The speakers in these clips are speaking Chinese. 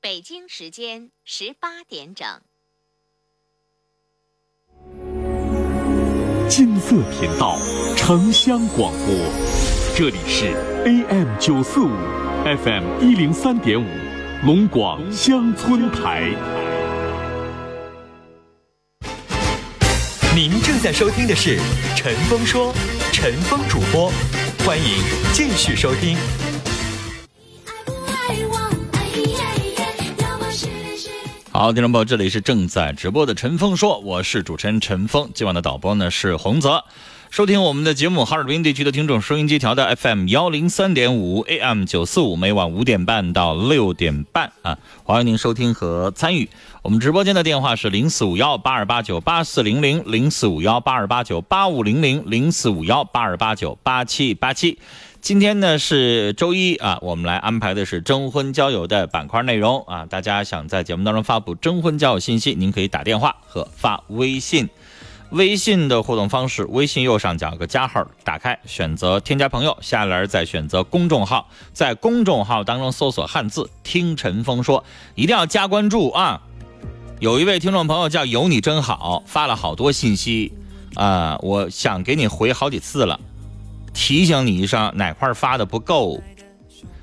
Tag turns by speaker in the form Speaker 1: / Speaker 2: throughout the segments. Speaker 1: 北京时间十八点整。
Speaker 2: 金色频道城乡广播，这里是 AM 九四五，FM 一零三点五，龙广乡村台。
Speaker 3: 您正在收听的是《陈峰说》，陈峰主播，欢迎继续收听。
Speaker 4: 好，听众朋友，这里是正在直播的陈峰说，我是主持人陈峰，今晚的导播呢是洪泽。收听我们的节目，哈尔滨地区的听众收音机调到 FM 幺零三点五 AM 九四五，每晚五点半到六点半啊，欢迎您收听和参与。我们直播间的电话是零四五幺八二八九八四零零零四五幺八二八九八五零零零四五幺八二八九八七八七。今天呢是周一啊，我们来安排的是征婚交友的板块内容啊。大家想在节目当中发布征婚交友信息，您可以打电话和发微信。微信的互动方式，微信右上角有个加号，打开，选择添加朋友，下栏再选择公众号，在公众号当中搜索汉字“听陈峰说”，一定要加关注啊！有一位听众朋友叫“有你真好”，发了好多信息啊、我想给你回好几次了，提醒你一声哪块发的不够，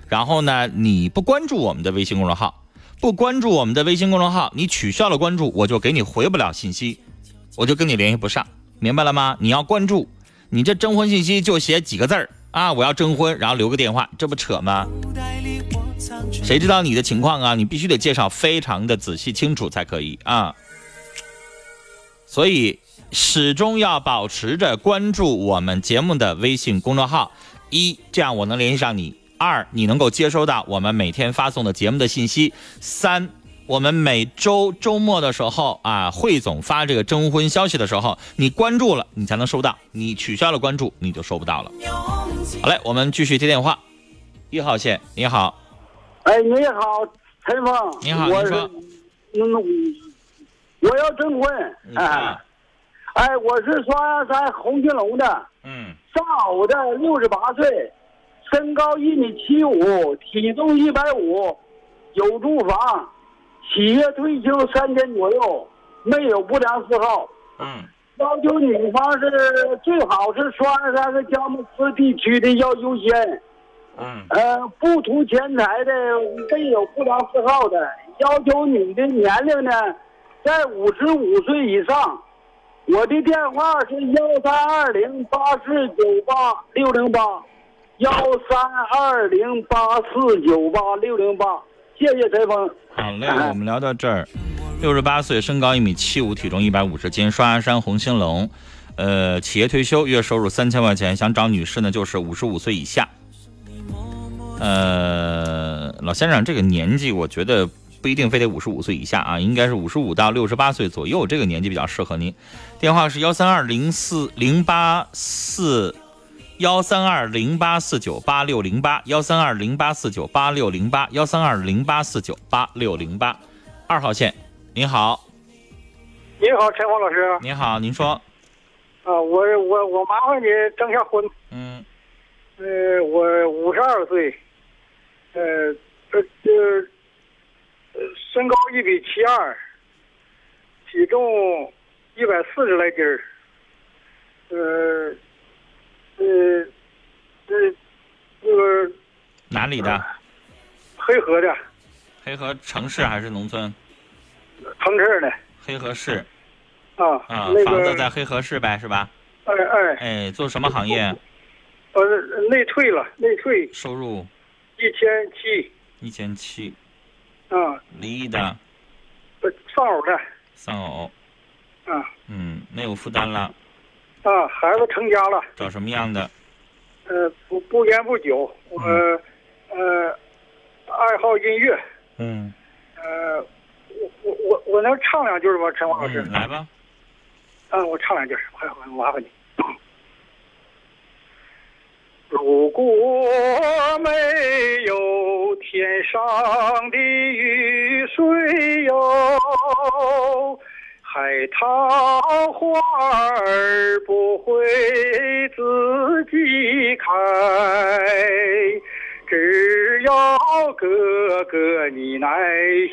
Speaker 4: 然后呢，你不关注我们的微信公众号，不关注我们的微信公众号，你取消了关注，我就给你回不了信息。我就跟你联系不上，明白了吗？你要关注，你这征婚信息就写几个字儿啊，我要征婚，然后留个电话，这不扯吗？谁知道你的情况啊？你必须得介绍非常的仔细清楚才可以啊。所以始终要保持着关注我们节目的微信公众号，一这样我能联系上你；二你能够接收到我们每天发送的节目的信息；三我们每周周末的时候啊，汇总发这个征婚消息的时候，你关注了你才能收到，你取消了关注你就收不到了。好嘞，我们继续接电话，一号线，你好，
Speaker 5: 哎，你好，陈峰。
Speaker 4: 你好
Speaker 5: 我
Speaker 4: 您
Speaker 5: 是
Speaker 4: 说，
Speaker 5: 嗯，我要征婚。
Speaker 4: 你看
Speaker 5: 哎，哎，我是双阳山红青龙的，
Speaker 4: 嗯，
Speaker 5: 丧偶的，六十八岁，身高一米七五，体重一百五，有住房，企业退休三年左右，没有不良嗜好。
Speaker 4: 嗯，
Speaker 5: 要求女方是最好是双阳山和佳木斯地区的要优先。
Speaker 4: 嗯，
Speaker 5: 呃，不图钱财的，没有不良嗜好的，要求你的年龄呢，在五十五岁以上。我的电话是幺三二零八四九八六零八，幺三二零八四九八六零八。谢谢陈峰。
Speaker 4: 好嘞，我们聊到这儿。六十八岁，身高一米七五，体重一百五十斤，双鸭山红兴龙，呃，企业退休，月收入三千块钱，想找女士呢，就是五十五岁以下。呃，老先生这个年纪，我觉得不一定非得五十五岁以下啊，应该是五十五到六十八岁左右，这个年纪比较适合您。电话是幺三二零四零八四幺三二零八四九八六零八，幺三二零八四九八六零八，幺三二零八四九八六零八，二号线。您好，
Speaker 6: 你好，陈峰老师。
Speaker 4: 您好，您说，
Speaker 6: 啊，我我我麻烦你征下婚。
Speaker 4: 嗯
Speaker 6: 呃，我五十二岁，呃呃呃，呃身高一米七二，体重一百四十来斤儿。呃呃呃，那个
Speaker 4: 哪里
Speaker 6: 嗯
Speaker 4: 的？
Speaker 6: 黑河的
Speaker 4: 黑河城市还是农村？
Speaker 6: 城市的
Speaker 4: 黑河市
Speaker 6: 啊，
Speaker 4: 啊，
Speaker 6: 那
Speaker 4: 房
Speaker 6: 个
Speaker 4: 子在黑河市呗，是吧？
Speaker 6: 哎哎，
Speaker 4: 哎，做什么行业？
Speaker 6: 呃内退了，内退
Speaker 4: 收入
Speaker 6: 一千七
Speaker 4: 一千七，
Speaker 6: 啊，
Speaker 4: 离异的
Speaker 6: 呃丧偶的
Speaker 4: 丧偶，
Speaker 6: 啊。
Speaker 4: 嗯，没有负担了，
Speaker 6: 啊，孩子成家了，
Speaker 4: 找什么样的？
Speaker 6: 呃，不不烟不酒，我、呃，爱好音乐，
Speaker 4: 嗯，
Speaker 6: 呃，我我我我能唱两句吗，陈华老师？
Speaker 4: 嗯来吧，
Speaker 6: 嗯，我唱两句，快快，麻烦你。如果没有天上的雨水哟，海棠花儿不会自己开。只要哥哥你耐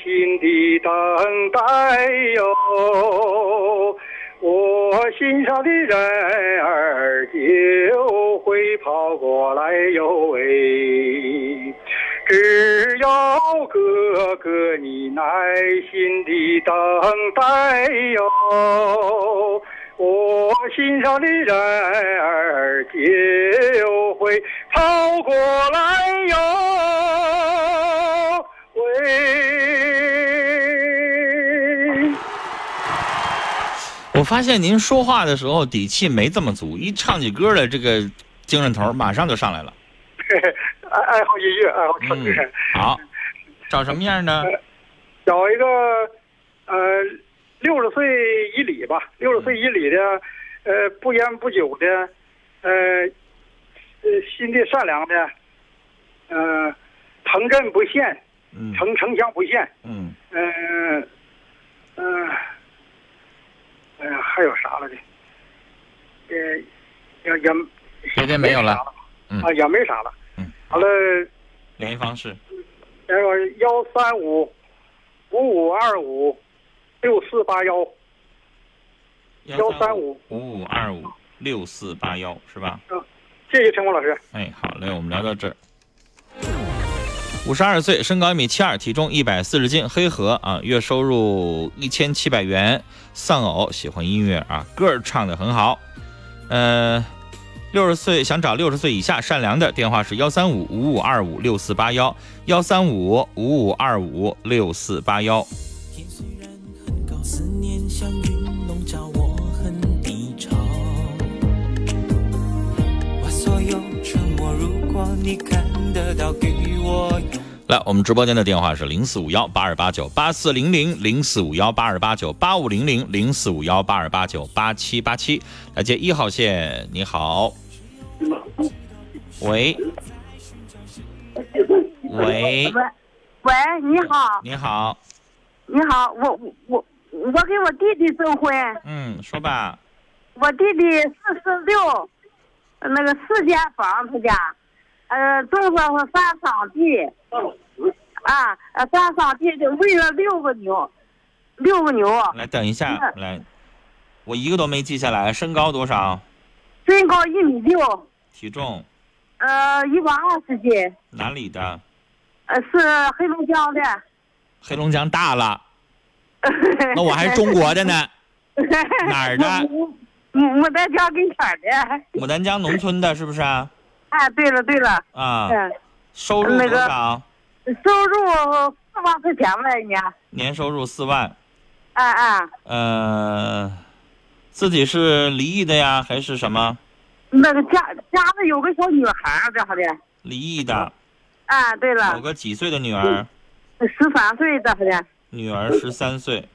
Speaker 6: 心的等待哟，我心上的人儿就会跑过来哟喂。只要哥哥你耐心的等待哟，我心上的人儿就会跑过来哟。喂，
Speaker 4: 我发现您说话的时候底气没这么足，一唱起歌来，这个精神头儿马上就上来了。
Speaker 6: 爱 爱好音乐，爱好唱歌。
Speaker 4: 嗯，好，找什么样呢？
Speaker 6: 呃找一个，呃，六十岁以里吧，六十岁以里的，呃，不烟不酒的，呃，呃，心地善良的，呃，城镇不限，
Speaker 4: 嗯
Speaker 6: 城城乡不限，
Speaker 4: 嗯，
Speaker 6: 嗯、呃，嗯、哎呀，还有啥了呢？呃，也也
Speaker 4: 别的没有了
Speaker 6: 啥
Speaker 4: 嗯
Speaker 6: 啊，也没啥了。
Speaker 4: 嗯，
Speaker 6: 完了，
Speaker 4: 联系方式。
Speaker 6: 那个呃幺三五五五二五六四八幺。135
Speaker 4: 五五二五六四八幺是吧？
Speaker 6: 谢谢陈峰老师。
Speaker 4: 哎，好嘞，我们聊到这儿。五十二岁，身高一米七二，体重一百四十斤，黑河啊，月收入一千七百元，丧偶，喜欢音乐啊，歌儿唱的很好。呃，六十岁想找六十岁以下善良的，电话是幺三五五五二五六四八幺，幺三五五五二五六四八幺。
Speaker 7: 天虽然很高，思念像云笼罩我很低潮。我所有沉默，如果你看得到，给我拥
Speaker 4: 来，我们直播间的电话是零四五幺八二八九八四零零零四五幺八二八九八五零零零四五幺八二八九八七八七。来接一号线，你好。喂。喂，
Speaker 8: 喂，你好，
Speaker 4: 你好，
Speaker 8: 你好，我我我我给我弟弟证婚，
Speaker 4: 嗯，说吧，
Speaker 8: 我弟弟四十六，那个四间房他家，呃，种上了三场地，啊，呃，三场地就喂了六个牛，六个牛，
Speaker 4: 来等一
Speaker 8: 啊
Speaker 4: 下，来，我一个都没记下来，身高多少，
Speaker 8: 身高一米六，
Speaker 4: 体重，
Speaker 8: 呃，一百二十斤，
Speaker 4: 哪里的？
Speaker 8: 呃，是黑龙江的。
Speaker 4: 黑龙江大了， 那我还是中国的 呢，哪儿的
Speaker 8: 我嗯我我在家跟前儿的。
Speaker 4: 牡丹江农村的，是不是啊？
Speaker 8: 哎，对了对了，
Speaker 4: 啊，
Speaker 8: 嗯。
Speaker 4: 收入
Speaker 8: 那
Speaker 4: 多
Speaker 8: 个
Speaker 4: 少？
Speaker 8: 收入四万块钱吧，一年。
Speaker 4: 年收入四万。
Speaker 8: 哎哎，
Speaker 4: 呃，自己是离异的呀，还是什么
Speaker 8: 那个家家里有个小女孩儿，这好的。
Speaker 4: 离异的？
Speaker 8: 啊，对
Speaker 4: 有
Speaker 8: 了，
Speaker 4: 个几岁的女儿？
Speaker 8: 十三岁这好的。
Speaker 4: 女儿十三岁。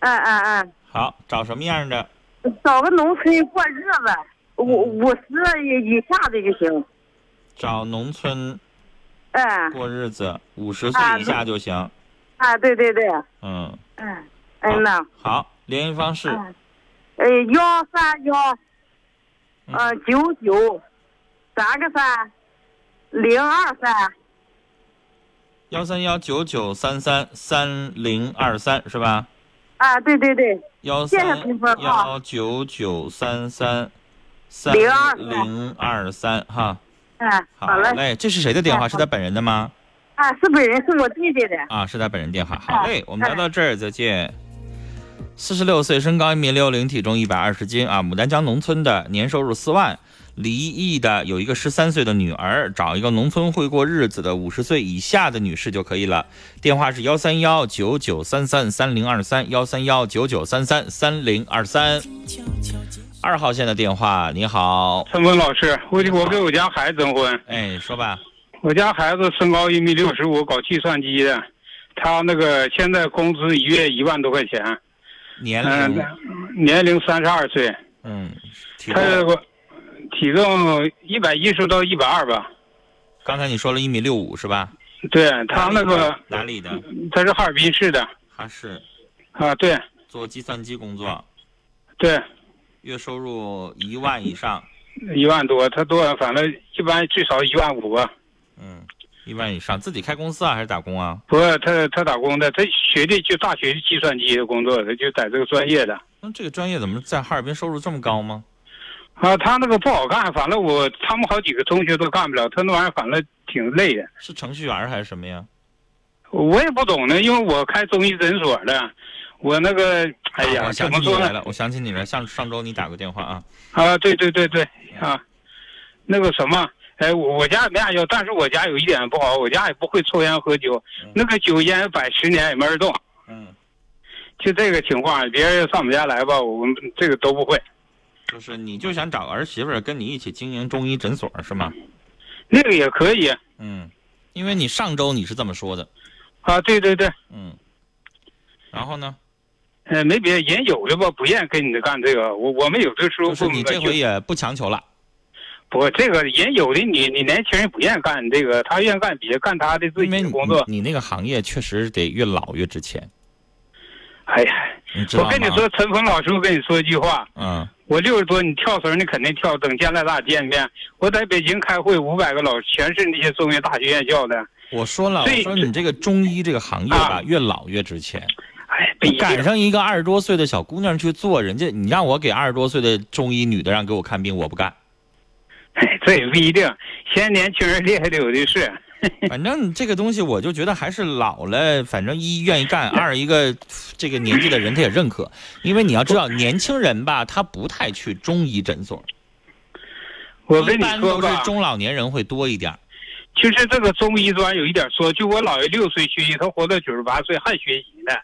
Speaker 8: 嗯嗯
Speaker 4: 好，找什么样的？
Speaker 8: 嗯，找个农村过日子，五
Speaker 4: 嗯
Speaker 8: 五十以下的就行。
Speaker 4: 找农村
Speaker 8: 嗯，
Speaker 4: 过日子，五十岁以下就行。
Speaker 8: 啊，对对对，
Speaker 4: 嗯，
Speaker 8: 嗯嗯呐，
Speaker 4: 好，联系方式，
Speaker 8: 嗯呃，幺三幺，
Speaker 4: 嗯
Speaker 8: 呃，九九，三个三，零二三，
Speaker 4: 幺三幺九九三三三零二三是吧？
Speaker 8: 啊，对对对，
Speaker 4: 幺
Speaker 8: 谢谢
Speaker 4: 三
Speaker 8: 评分
Speaker 4: 幺
Speaker 8: 啊
Speaker 4: 九九三三三零二三哈。
Speaker 8: 嗯，
Speaker 4: 好
Speaker 8: 好嘞，
Speaker 4: 嘞，这是谁的电话？是他本人的吗？
Speaker 8: 啊，是本人是我弟弟的。
Speaker 4: 啊，是他本人电话。好嘞
Speaker 8: 哎，
Speaker 4: 我们聊到这儿，再见。四十六岁，身高一米六零，体重一百二十斤啊，牡丹江农村的，年收入四万，离异的，有一个十三岁的女儿，找一个农村会过日子的五十岁以下的女士就可以了。电话是幺三幺九九三三三零二三，幺三幺九九三三三零二三。
Speaker 7: 悄悄接
Speaker 4: 二号线的电话，你好，
Speaker 9: 陈峰老师，我我给我家孩子征婚，
Speaker 4: 哎，说吧，
Speaker 9: 我家孩子身高一米六十五，搞计算机的，他那个现在工资一月一万多块钱，
Speaker 4: 年
Speaker 9: 嗯、
Speaker 4: 龄，
Speaker 9: 年龄三十二岁，
Speaker 4: 嗯，体
Speaker 9: 他这
Speaker 4: 重，
Speaker 9: 个体重一百一十到一百二吧，
Speaker 4: 刚才你说了一米六五是吧？
Speaker 9: 对他那个
Speaker 4: 哪里的？
Speaker 9: 他是哈尔滨市的
Speaker 4: 哈市。
Speaker 9: 啊，对
Speaker 4: 做计算机工作，
Speaker 9: 对，
Speaker 4: 月收入一万以上。
Speaker 9: 一万多，他多反正一般最少一万五吧，
Speaker 4: 嗯，一万以上，自己开公司啊，还是打工啊？
Speaker 9: 不是他他打工的，他学的就大学的计算机的工作，他就在这个专业的。
Speaker 4: 那这个专业怎么在哈尔滨收入这么高吗？
Speaker 9: 啊，他那个不好干，反正我他们好几个同学都干不了，他那玩意儿反正挺累的。
Speaker 4: 是程序员还是什么呀？
Speaker 9: 我也不懂呢，因为我开中医诊所的，我那个哎
Speaker 4: 啊
Speaker 9: 呀，
Speaker 4: 我
Speaker 9: 怎
Speaker 4: 想
Speaker 9: 么
Speaker 4: 起你
Speaker 9: 说
Speaker 4: 来
Speaker 9: 呢？
Speaker 4: 了，我想起你来，上上周你打过电话啊，
Speaker 9: 啊，对对对对啊，那个什么，哎，我我家也没啥药，但是我家有一点不好，我家也不会抽烟喝酒，那个酒烟摆十年也没人动，
Speaker 4: 嗯，
Speaker 9: 就这个情况，别人上我们家来吧，我们这个都不会。
Speaker 4: 就是你就想找个儿媳妇儿跟你一起经营中医诊所是吗？
Speaker 9: 那个也可以
Speaker 4: 嗯，因为你上周你是这么说的，
Speaker 9: 啊，对对对，
Speaker 4: 嗯，然后呢，
Speaker 9: 呃，没别人有的吧，不愿意跟你干这个，我我们有的时候
Speaker 4: 就是你这
Speaker 9: 不
Speaker 4: 回也不强求了，
Speaker 9: 不，这个人有的你你年轻人不愿意干这个，他愿意干别干他的自
Speaker 4: 因
Speaker 9: 己
Speaker 4: 为
Speaker 9: 的
Speaker 4: 你
Speaker 9: 工作。
Speaker 4: 你那个行业确实得越老越值钱，
Speaker 9: 哎呀，
Speaker 4: 你知道
Speaker 9: 我
Speaker 4: 吗？
Speaker 9: 跟你说，陈峰老师，我跟你说一句话，
Speaker 4: 嗯，
Speaker 9: 我六十多，你跳绳你肯定跳，等将来咱俩见面。我在北京开会，五百个老师，全是那些中医大学院校的。
Speaker 4: 我说了，我
Speaker 9: 所以
Speaker 4: 说
Speaker 9: 这
Speaker 4: 你这个中医这个行业吧，
Speaker 9: 啊
Speaker 4: 越老越值钱。
Speaker 9: 哎，北
Speaker 4: 你
Speaker 9: 京
Speaker 4: 赶上一个二十多岁的小姑娘去做，人家你让我给二十多岁的中医女的让给我看病，我不干。
Speaker 9: 哎，这也不一定，现在年轻人厉害的有的是。
Speaker 4: 反正这个东西，我就觉得还是老了，反正一愿意干，二一个这个年纪的人他也认可，因为你要知道，年轻人吧，他不太去中医诊所，
Speaker 9: 我
Speaker 4: 一
Speaker 9: 跟你
Speaker 4: 般
Speaker 9: 说
Speaker 4: 都是
Speaker 9: 吧，
Speaker 4: 中老年人会多一点儿。
Speaker 9: 就是这个中医专有一点说，就我姥爷六岁学习，他活到九十八岁还学习呢，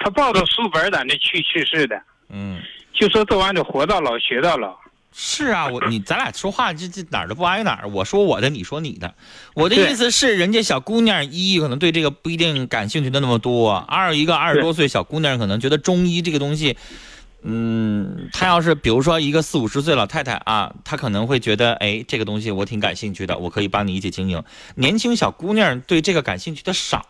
Speaker 9: 他抱着书本儿在那去去世的。
Speaker 4: 嗯，
Speaker 9: 就说这玩意儿得活到老学到老。
Speaker 4: 是啊，我你咱俩说话这这哪儿都不挨哪儿，我说我的，你说你的。我的
Speaker 9: 对
Speaker 4: 意思是，人家小姑娘一可能对这个不一定感兴趣的那么多，二一个二十
Speaker 9: 对
Speaker 4: 多岁小姑娘可能觉得中医这个东西，嗯，她要是比如说一个四五十岁老太太啊，她可能会觉得，哎，这个东西我挺感兴趣的，我可以帮你一起经营。年轻小姑娘对这个感兴趣的少，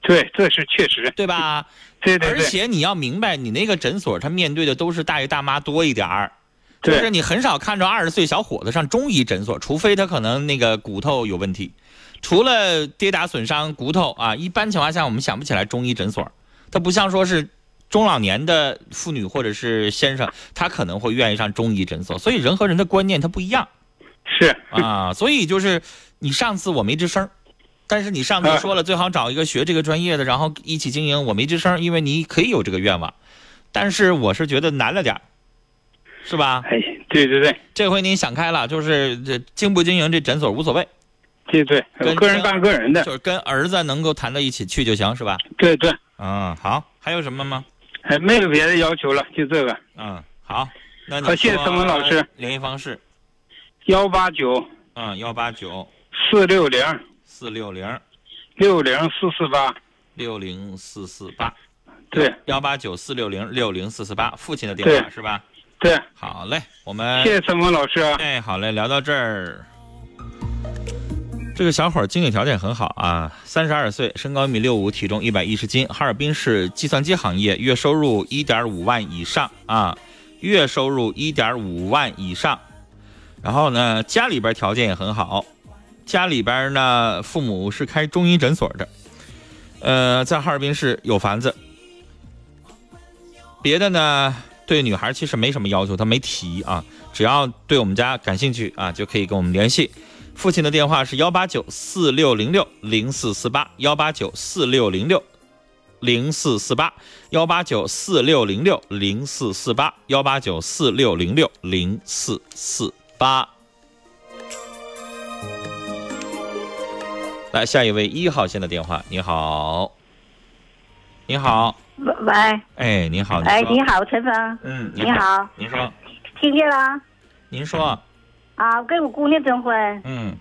Speaker 9: 对，这是确实，
Speaker 4: 对吧？
Speaker 9: 对对
Speaker 4: 而
Speaker 9: 对，
Speaker 4: 且你要明白，你那个诊所他面对的都是大爷大妈多一点儿，就
Speaker 9: 对
Speaker 4: 是你很少看着二十岁小伙子上中医诊所，除非他可能那个骨头有问题，除了跌打损伤骨头啊，一般情况下我们想不起来中医诊所，他不像说是。中老年的妇女或者是先生，他可能会愿意上中医诊所，所以人和人的观念他不一样。
Speaker 9: 是
Speaker 4: 啊，所以就是你上次我没吱声儿，但是你上
Speaker 9: 啊
Speaker 4: 次说了最好找一个学这个专业的，然后一起经营，我没吱声儿，因为你可以有这个愿望，但是我是觉得难了点儿，是吧？
Speaker 9: 哎，对对对，
Speaker 4: 这回您想开了，就是这经不经营这诊所无所谓，
Speaker 9: 对对，
Speaker 4: 跟
Speaker 9: 个人干个人的
Speaker 4: 就，是跟儿子能够谈到一起去就行，是吧？
Speaker 9: 对对，
Speaker 4: 嗯，好，还有什么吗？
Speaker 9: 哎，没有别的要求了，就这个
Speaker 4: 嗯，好，那你
Speaker 9: 好谢谢
Speaker 4: 说
Speaker 9: 曾文老师
Speaker 4: 联系方式，
Speaker 9: 幺八九
Speaker 4: 嗯，幺八九
Speaker 9: 四六零
Speaker 4: 四六零
Speaker 9: 六零四四八，
Speaker 4: 六零四四八。
Speaker 9: 对
Speaker 4: 幺八九四六零六零四四八，父亲的电话
Speaker 9: 对
Speaker 4: 是吧？
Speaker 9: 对，
Speaker 4: 好嘞，我们
Speaker 9: 谢谢陈峰老师啊。
Speaker 4: 哎，好嘞，聊到这儿。这个小伙儿经济条件很好啊，三十二岁，身高一米六五，体重一百一十斤，哈尔滨市计算机行业，月收入一点五万以上啊，月收入一点五万以上。然后呢，家里边条件也很好，家里边呢父母是开中医诊所的，呃，在哈尔滨市有房子。别的呢，对女孩其实没什么要求，她没提啊。只要对我们家感兴趣啊，就可以跟我们联系。父亲的电话是幺八九四六零六零四四八，幺八九四六零六零四四八，幺八九四六零六零四四八，幺八九四六零六零四四八。来，下一位一号线的电话，你好，你好，
Speaker 10: 喂，
Speaker 4: 哎，你好，
Speaker 10: 哎，
Speaker 4: 说
Speaker 10: 你好，陈峰，
Speaker 4: 嗯，
Speaker 10: 你，好，
Speaker 4: 您说，
Speaker 10: 听见了
Speaker 4: 您说，
Speaker 10: 啊？我跟我姑娘征婚，
Speaker 4: 嗯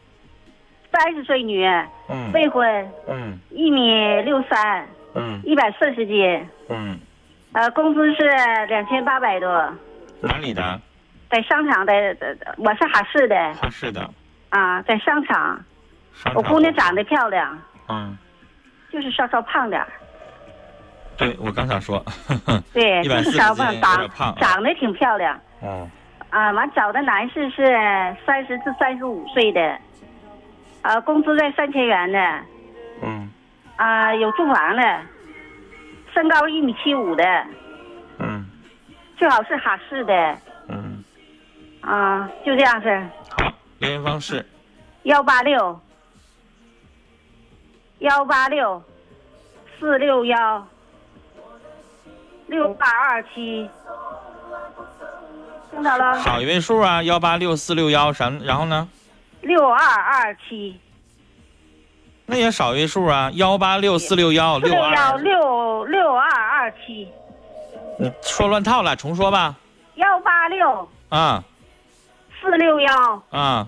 Speaker 10: 三十岁女，
Speaker 4: 嗯
Speaker 10: 未婚，
Speaker 4: 嗯
Speaker 10: 一米六三，
Speaker 4: 嗯
Speaker 10: 一百四十斤，
Speaker 4: 嗯，
Speaker 10: 呃，工资是两千八百多，
Speaker 4: 哪里的？
Speaker 10: 在商场的，呃我是哈市的
Speaker 4: 哈市的。
Speaker 10: 啊，在商场。
Speaker 4: 商
Speaker 10: 我
Speaker 4: 场
Speaker 10: 姑娘长得漂亮，
Speaker 4: 嗯，
Speaker 10: 就是稍稍胖点儿，
Speaker 4: 对我刚想说，
Speaker 10: 对，
Speaker 4: 140
Speaker 10: 就是稍
Speaker 4: 斤
Speaker 10: 胖，
Speaker 4: 有点
Speaker 10: 长
Speaker 4: 胖啊
Speaker 10: 长得挺漂亮。
Speaker 4: 哦，
Speaker 10: 啊，完找的男士是三十至三十五岁的，呃，工资在三千元的，
Speaker 11: 嗯
Speaker 10: 啊、有住房的，身高一米七五的，
Speaker 11: 嗯
Speaker 10: 最好是哈市的，
Speaker 11: 嗯，
Speaker 10: 啊、就这样式，
Speaker 4: 联系方式
Speaker 10: 幺八六，幺八六，四六幺，六八二七，听到了？
Speaker 4: 少一位数啊，幺八六四六幺啥？然后呢？
Speaker 10: 六二二七，
Speaker 4: 那也少一位数啊，幺八六四六幺哦
Speaker 10: 四
Speaker 4: 六
Speaker 10: 六幺
Speaker 4: 二。
Speaker 10: 六六二二七，
Speaker 4: 你嗯说乱套了，重说吧。
Speaker 10: 幺八六
Speaker 4: 啊
Speaker 10: 四六幺
Speaker 4: 啊，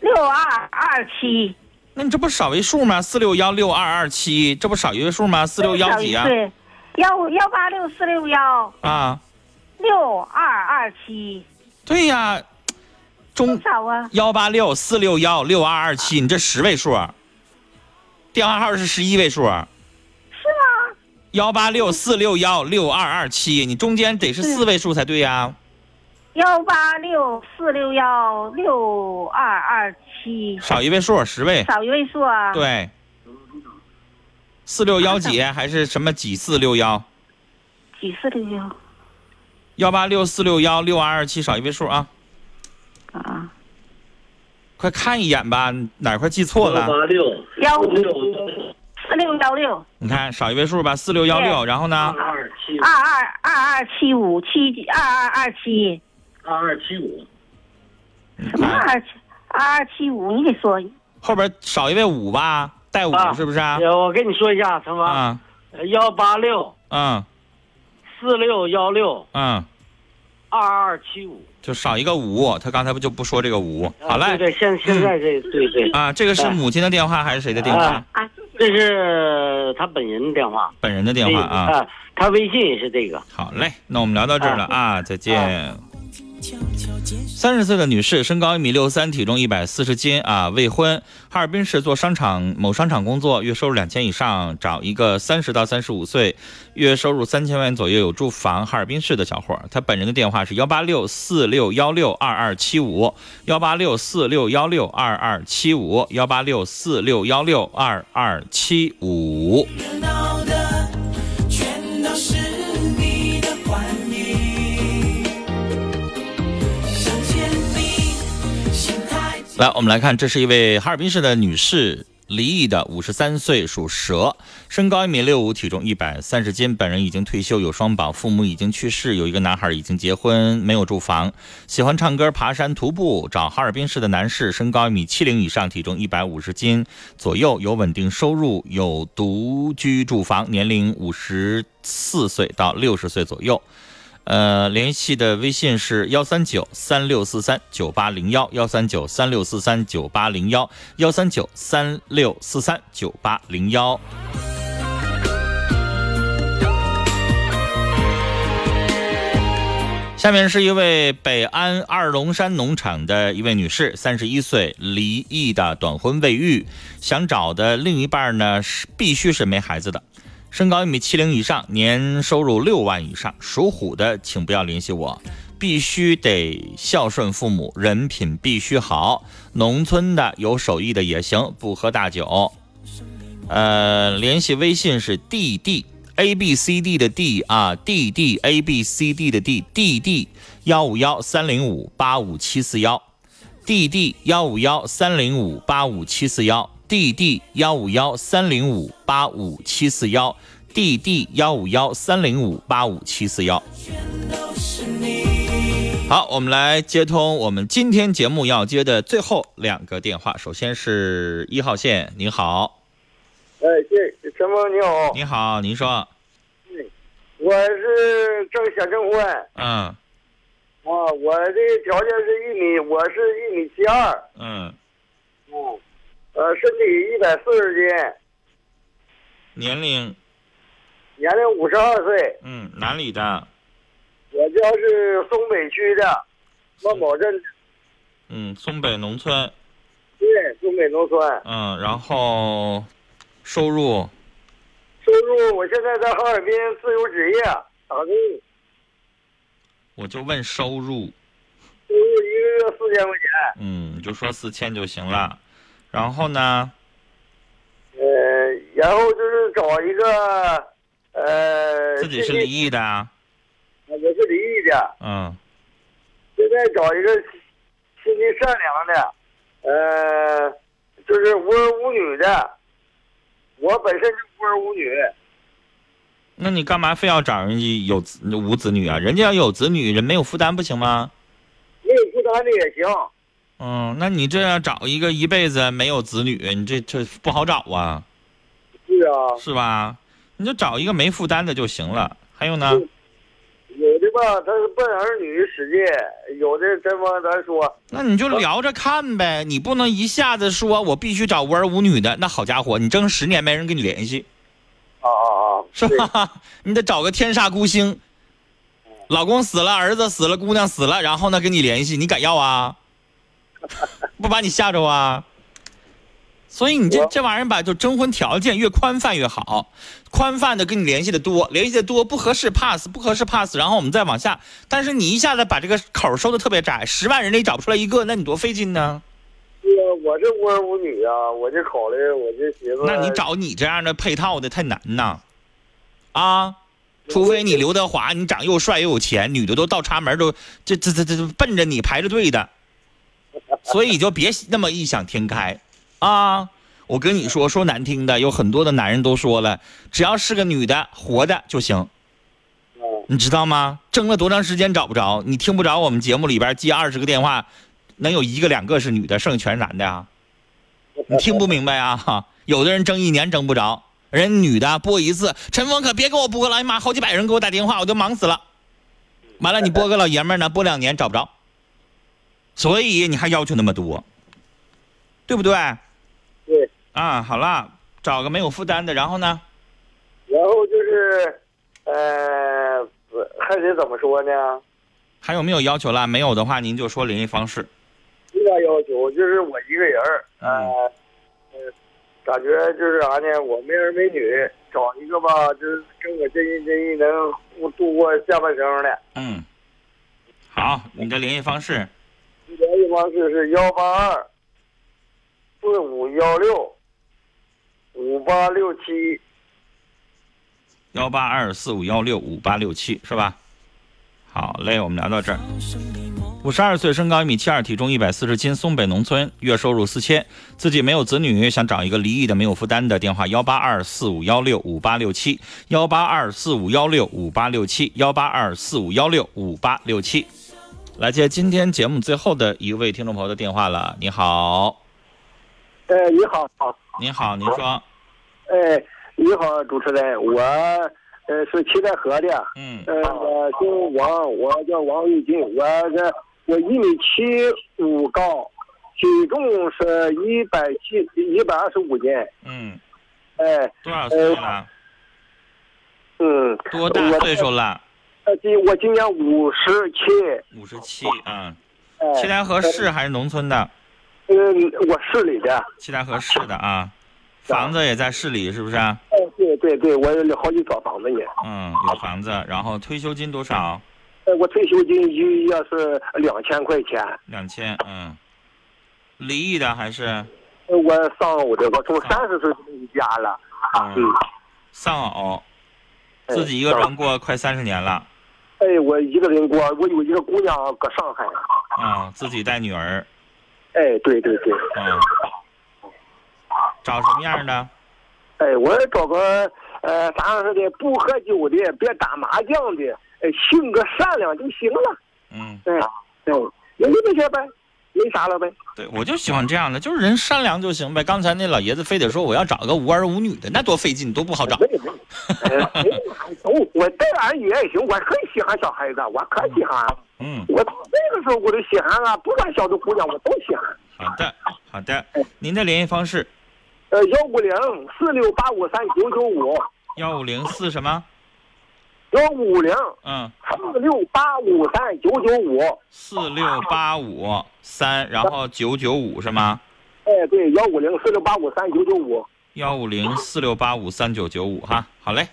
Speaker 10: 六二二七，
Speaker 4: 那你这不少一数吗？四六幺六二二七，这不少一位数吗？四六幺几啊？
Speaker 10: 对，幺幺八六四六幺
Speaker 4: 啊，
Speaker 10: 六二二七，
Speaker 4: 对呀，中
Speaker 10: 少啊？
Speaker 4: 幺八六四六幺六二二七，你这十位数啊，电话号是十一位数啊。
Speaker 10: 是吗？
Speaker 4: 幺八六四六幺六二二七，你中间得是四位数才对呀、
Speaker 10: 幺八六四六幺六二二七，
Speaker 4: 少一位数，十位。
Speaker 10: 少一位数啊？，
Speaker 4: 对，四六幺几还是什么几四六幺？
Speaker 10: 几四六幺
Speaker 4: 幺八六四六幺六二二七，少一位数啊！
Speaker 10: 啊？
Speaker 4: 快看一眼吧，哪块记错了？
Speaker 10: 幺四六幺六
Speaker 4: 你看少一位数吧，四六幺六，
Speaker 10: 对
Speaker 4: 然后呢？
Speaker 12: 嗯
Speaker 10: 二二二二七五七二二二七，
Speaker 4: 你
Speaker 10: 什么
Speaker 4: 看
Speaker 10: 二七二二七五？你给说
Speaker 4: 后边少一位五吧，带五是不是啊？
Speaker 12: 呃我跟你说一下，陈芳，
Speaker 4: 啊，
Speaker 12: 幺八六
Speaker 4: 嗯
Speaker 12: 四六幺六
Speaker 4: 嗯，
Speaker 12: 二二七五。
Speaker 4: 就少一个五，他刚才不就不说这个五？好
Speaker 12: 啊
Speaker 4: 嘞，嗯
Speaker 12: 对对，现现在这对对，
Speaker 4: 啊，这个是
Speaker 12: 哎
Speaker 4: 母亲的电话还是谁的电话
Speaker 12: 哎？
Speaker 10: 啊？
Speaker 12: 这是他本人的电话。
Speaker 4: 本人的电话啊。
Speaker 12: 啊，他微信也是这个。
Speaker 4: 好嘞，那我们聊到这儿了啊，再见。
Speaker 7: 悄悄接受。
Speaker 4: 三十岁的女士，身高一米六三，体重一百四十斤啊，未婚，哈尔滨市做商场某商场工作，月收入两千以上，找一个三十到三十五岁，月收入三千万左右，有住房，哈尔滨市的小伙儿。他本人的电话是幺八六四六幺六二二七五，幺八六四六幺六二二七五，幺八六四六幺六二二七五。
Speaker 7: 热闹的全都是你的欢迎，向前进，心态。
Speaker 4: 来，我们来看，这是一位哈尔滨市的女士。离异的，五十三岁，属蛇，身高一米六五，体重一百三十斤，本人已经退休，有双保，父母已经去世，有一个男孩已经结婚，没有住房，喜欢唱歌、爬山、徒步，找哈尔滨市的男士，身高一米七零以上，体重一百五十斤左右，有稳定收入，有独居住房，年龄五十四岁到六十岁左右。呃，联系的微信是幺三九三六四三九八零幺，幺三九三六四三九八零幺，幺三九三六四三九八零幺。下面是一位北安二龙山农场的一位女士，三十一岁，离异的短婚未育，想找的另一半呢是必须是没孩子的，身高一米七零以上，年收入六万以上，属虎的请不要联系我，必须得孝顺父母，人品必须好，农村的有手艺的也行，不喝大酒。呃，联系微信是 D D A B C D 的 D 啊，D D A B C D 的 D D D 幺五幺三零五八五七四幺，D D 幺五幺三零五八五七四幺，D D 幺五幺三零五八五七四幺，D D 幺五幺三零五八五七四幺。好，我们来接通我们今天节目要接的最后两个电话，首先是一号线，您好。
Speaker 6: 哎，这陈峰你好，
Speaker 4: 你好，您说，
Speaker 6: 我是正想征婚
Speaker 4: 嗯
Speaker 6: 啊，我的条件是一米，我是一米七二，
Speaker 4: 嗯，
Speaker 6: 嗯，呃，身体一百四十斤，
Speaker 4: 年龄，
Speaker 6: 年龄五十二岁，
Speaker 4: 嗯，哪里的？
Speaker 6: 我家是松北区的万宝镇，
Speaker 4: 嗯，松北农村，
Speaker 6: 对，松北农村，
Speaker 4: 嗯，然后收入，
Speaker 6: 收入我现在在哈尔滨自由职业打工，
Speaker 4: 我就问收入，
Speaker 6: 收入一个月四千块钱。
Speaker 4: 嗯，你就说四千就行了。然后呢，
Speaker 12: 呃，然后就是找一个，呃，
Speaker 4: 自己是离异的啊，
Speaker 6: 呃
Speaker 12: 我是离异的，
Speaker 4: 嗯
Speaker 12: 现在找一个心地善良的，呃，就是无儿无女的。我本身就无儿无女，
Speaker 4: 那你干嘛非要找人家有子无子女啊？人家要有子女，人没有负担不行吗？
Speaker 12: 没有负担的也行。
Speaker 4: 嗯，那你这样找一个一辈子没有子女，你这这不好找啊，
Speaker 12: 是啊，
Speaker 4: 是吧？你就找一个没负担的就行了。还有呢，
Speaker 12: 有的吧，他是奔儿女使劲；有的真往咱说，
Speaker 4: 那你
Speaker 12: 呃
Speaker 4: 就聊着看呗，你不能一下子说我必须找无儿无女的，那好家伙，你整十年没人跟你联系，
Speaker 12: 啊啊啊，
Speaker 4: 是
Speaker 12: 对嗯
Speaker 4: 吧？你得找个天煞孤星，老公死了，儿子死了，姑娘死了，然后呢跟你联系，你敢要啊？ 不把你吓着啊？所以你这
Speaker 12: 我
Speaker 4: 这玩意儿吧，就征婚条件越宽泛越好，宽泛的跟你联系的多，联系的多不合适 pass，不合适 pass，然后我们再往下。但是你一下子把这个口儿收的特别窄，十万人里找不出来一个，那你多费劲呢？
Speaker 12: 是啊，我这无儿无女啊，我就考虑，我就寻思，
Speaker 4: 那你找你这样的配套的太难呐，啊，除非你刘德华，你长又帅又有钱，女的都倒插门都这这这这奔着你排着队的，所以就别那么异想天开啊！我跟你说，说难听的，有很多的男人都说了，只要是个女的活的就行，你知道吗？争了多长时间找不着，你听不着我们节目里边接二十个电话，能有一个两个是女的，剩下全是男的啊。你听不明白啊？有的人争一年争不着，人女的播一次，陈峰可别给我播了，哎呀妈，好几百人给我打电话，我都忙死了。完了，你播个老爷们儿呢，播两年找不着，所以你还要求那么多，对不对？
Speaker 12: 对，
Speaker 4: 啊，好了，找个没有负担的，然后呢？
Speaker 12: 然后就是，呃，不还得怎么说呢？
Speaker 4: 还有没有要求了？没有的话，您就说联系方式。
Speaker 12: 最大要求就是我一个人儿，呃，呃感觉就是啥呢？我没儿没女，找一个吧，就是跟我真心真意能互度过下半生的。
Speaker 4: 嗯，好，你的联系方式。
Speaker 12: 联系方式是幺八二四五幺六五八六七，
Speaker 4: 幺八二四五幺六五八六七是吧？好嘞，我们聊到这儿。五十二岁，身高一米七二，体重一百四十斤，松北农村，月收入四千，自己没有子女，想找一个离异的没有负担的，电话幺八二四五幺六五八六七，幺八二四五幺六五八六七，幺八二四五幺六五八六七。来接今天节目最后的一位听众朋友的电话了。你好，
Speaker 12: 呃，你好，
Speaker 4: 你好，您说，
Speaker 12: 哎，你好，主持人，我呃是七台河的，
Speaker 4: 嗯
Speaker 12: 呃，我姓王，我叫王玉军，我这我一米七五高，体重是一百七一百二十五斤，
Speaker 4: 嗯，
Speaker 12: 哎，
Speaker 4: 多少岁了？
Speaker 12: 嗯，
Speaker 4: 多大
Speaker 12: 我
Speaker 4: 岁数了？
Speaker 12: 呃，今我今年五十七，
Speaker 4: 五十七，嗯。
Speaker 12: 哎，
Speaker 4: 七台河市还是农村的？
Speaker 12: 嗯，我市里的，
Speaker 4: 七台河市的啊，房子也在市里是不是啊？
Speaker 12: 哎，对对对，我有好几套房子呢。
Speaker 4: 嗯，有房子，然后退休金多少？
Speaker 12: 呃，我退休金一要是两千块钱，
Speaker 4: 两千，嗯。离异的还是？
Speaker 12: 呃我丧偶的，我从三十岁就离家了，
Speaker 4: 嗯
Speaker 12: 嗯，，
Speaker 4: 丧偶，
Speaker 12: 哎
Speaker 4: 自己一个人。过快三十年了，
Speaker 12: 哎，我一个人过，我有一个姑娘搁上海。
Speaker 4: 啊、自己带女儿，
Speaker 12: 哎，对对对，
Speaker 4: 嗯。找什么样的？
Speaker 12: 哎，我找个呃啥似的，不喝酒的，别打麻将的，哎，性格善良就行了。
Speaker 4: 嗯，
Speaker 12: 哎，哎，有就这些呗，没啥了呗。
Speaker 4: 对，我就喜欢这样的，就是人善良就行呗。刚才那老爷子非得说我要找个无儿无女的，那多费劲，多不好找
Speaker 12: 没。有没有， 哎没有还行我带儿女也行，我很喜欢小孩子，我可喜欢。啊
Speaker 4: 嗯，
Speaker 12: 我那个时候我都喜欢啊，不管小的姑娘我都喜欢。
Speaker 4: 好的，好的。您的联系方式：
Speaker 12: 呃，幺五零四六八五三九九五，
Speaker 4: 幺五零四什么？
Speaker 12: 幺五零
Speaker 4: 嗯，
Speaker 12: 四六八五三九九五。
Speaker 4: 四六八五三，然后九九五是吗？
Speaker 12: 哎，对，幺五零四六八五三九九五。
Speaker 4: 幺五零四六八五三九九五哈，好嘞，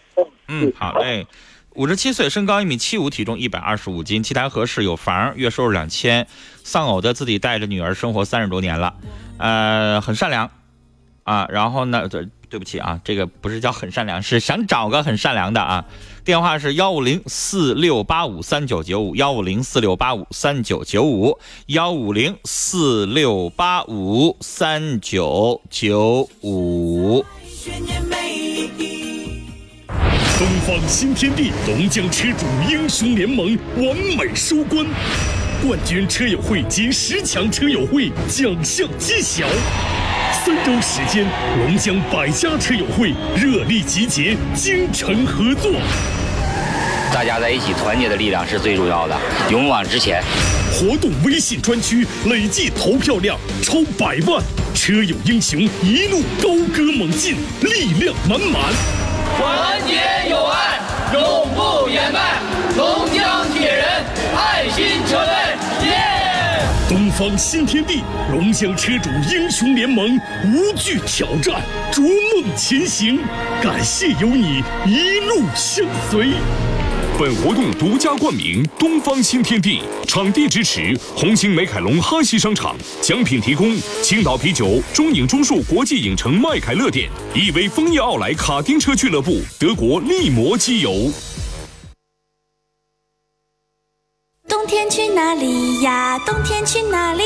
Speaker 4: 嗯，好嘞。五十七岁，身高一米七五，体重一百二十五斤，七台河市有房，月收入两千，丧偶的，自己带着女儿生活三十多年了，呃，很善良啊。然后呢，对对不起啊，这个不是叫很善良，是想找个很善良的啊。电话是幺五零四六八五三九九五，幺五零四六八五三九九五，幺五零四六八五三九九五。
Speaker 7: 悬念每一滴。
Speaker 13: 东方新天地龙江车主英雄联盟完美收官，冠军车友会及十强车友会奖项揭晓。三周时间，龙江百家车友会热力集结，精诚合作，
Speaker 14: 大家在一起团结的力量是最重要的，勇往直前。
Speaker 13: 活动微信专区累计投票量超百万，车友英雄一路高歌猛进，力量满满。
Speaker 8: 团结友爱，永不言败。龙江铁人，爱心车队，耶、
Speaker 13: 东方新天地，龙江车主英雄联盟无惧挑战，逐梦前行。感谢有你一路相随。
Speaker 15: 本活动独家冠名东方新天地，场地支持红星美凯龙哈西商场，奖品提供青岛啤酒、中影中数国际影城麦凯乐店、亿威枫叶奥莱卡丁车俱乐部、德国力摩机油。
Speaker 16: 冬天去哪里呀？冬天去哪里？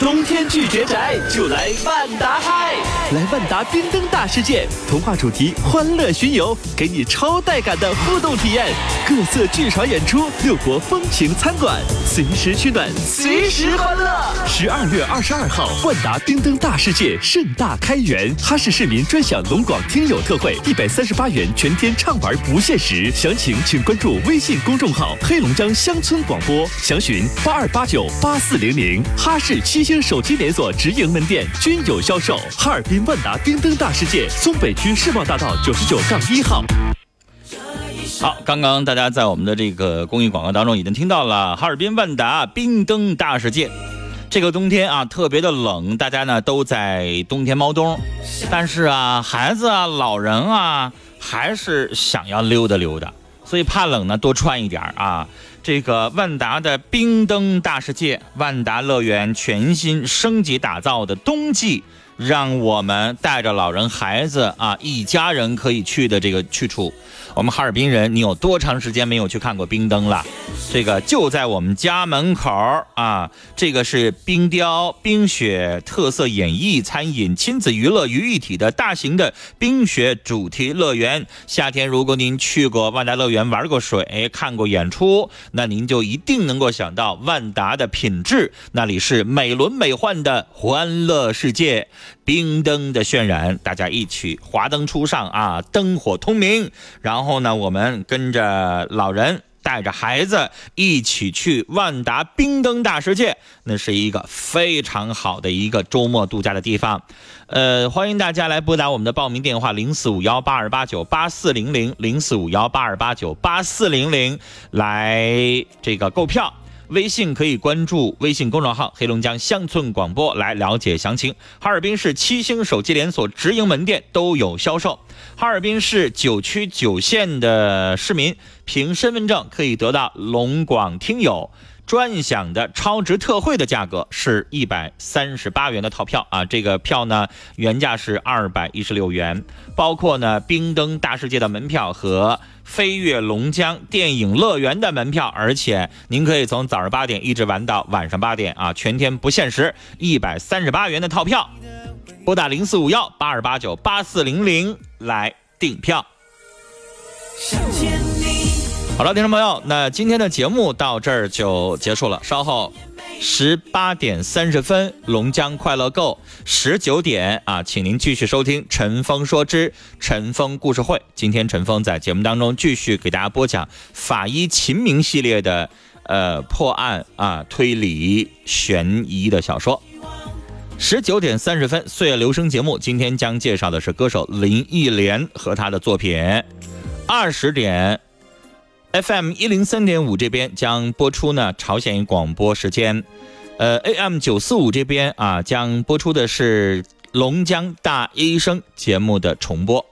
Speaker 2: 冬天去绝宅就来万达嗨，来万达缤灯大世界，童话主题欢乐巡游，给你超带感的互动体验，各色剧场演出，六国风情餐馆，随时取暖，随时欢乐。十二月二十二号，万达缤灯大世界盛大开园，哈市市民专享龙广听友特惠，一百三十八元全天畅玩不限时。详情请关注微信公众号“黑龙江乡村广播”，详询八二八九八四零零。哈市七星手机连锁直营门店均有销售。哈尔滨万达缤灯大世界，松北区世贸大道九十九杠一号。
Speaker 4: 好，刚刚大家在我们的这个公益广告当中已经听到了哈尔滨万达冰灯大世界。这个冬天啊，特别的冷，大家呢都在冬天猫冬，但是啊，孩子啊、老人啊，还是想要溜达溜达，所以怕冷呢，多穿一点儿啊。这个万达的冰灯大世界，万达乐园全新升级打造的冬季，让我们带着老人、孩子啊，一家人可以去的这个去处。我们哈尔滨人，你有多长时间没有去看过冰灯了？这个就在我们家门口儿啊！这个是冰雕、冰雪特色演艺、餐饮、亲子娱乐于一体的大型的冰雪主题乐园。夏天，如果您去过万达乐园玩过水、看过演出，那您就一定能够想到万达的品质，那里是美轮美奂的欢乐世界。冰灯的渲染，大家一起华灯初上啊，灯火通明。然后呢，我们跟着老人。带着孩子一起去万达冰灯大世界，那是一个非常好的一个周末度假的地方。呃，欢迎大家来拨打我们的报名电话零四五幺八二八九八四零零零四五幺八二八九八四零零来这个购票。微信可以关注微信公众号“黑龙江乡村广播”来了解详情。哈尔滨市七星手机连锁直营门店都有销售。哈尔滨市九区九县的市民凭身份证可以得到龙广听友专享的超值特惠的价格是一百三十八元的套票啊，这个票呢原价是二百一十六元，包括呢冰灯大世界的门票和飞跃龙江电影乐园的门票，而且您可以从早上八点一直玩到晚上八点啊，全天不限时，一百三十八元的套票。拨打零四五幺八二八九八四零零来订票。好了，听众朋友，那今天的节目到这儿就结束了。稍后十八点三十分，龙江快乐购；十九点啊，请您继续收听《陈峰说之陈峰故事会》。今天陈峰在节目当中继续给大家播讲法医秦明系列的呃破案啊推理悬疑的小说。十九点三十分，《岁月留声》节目今天将介绍的是歌手林忆莲和她的作品。二十点，FM 一零三点五这边将播出呢朝鲜语广播时间，呃，AM 九四五这边啊将播出的是《龙江大医生》节目的重播。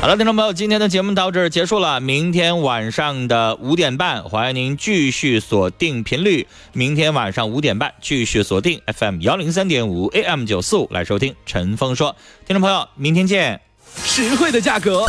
Speaker 4: 好了，听众朋友，今天的节目到这儿结束了。明天晚上的五点半，欢迎您继续锁定频率。明天晚上五点半，继续锁定 FM 幺零三点五 AM 九四五来收听《陈峰说》。听众朋友，明天见。
Speaker 2: 实惠的价格。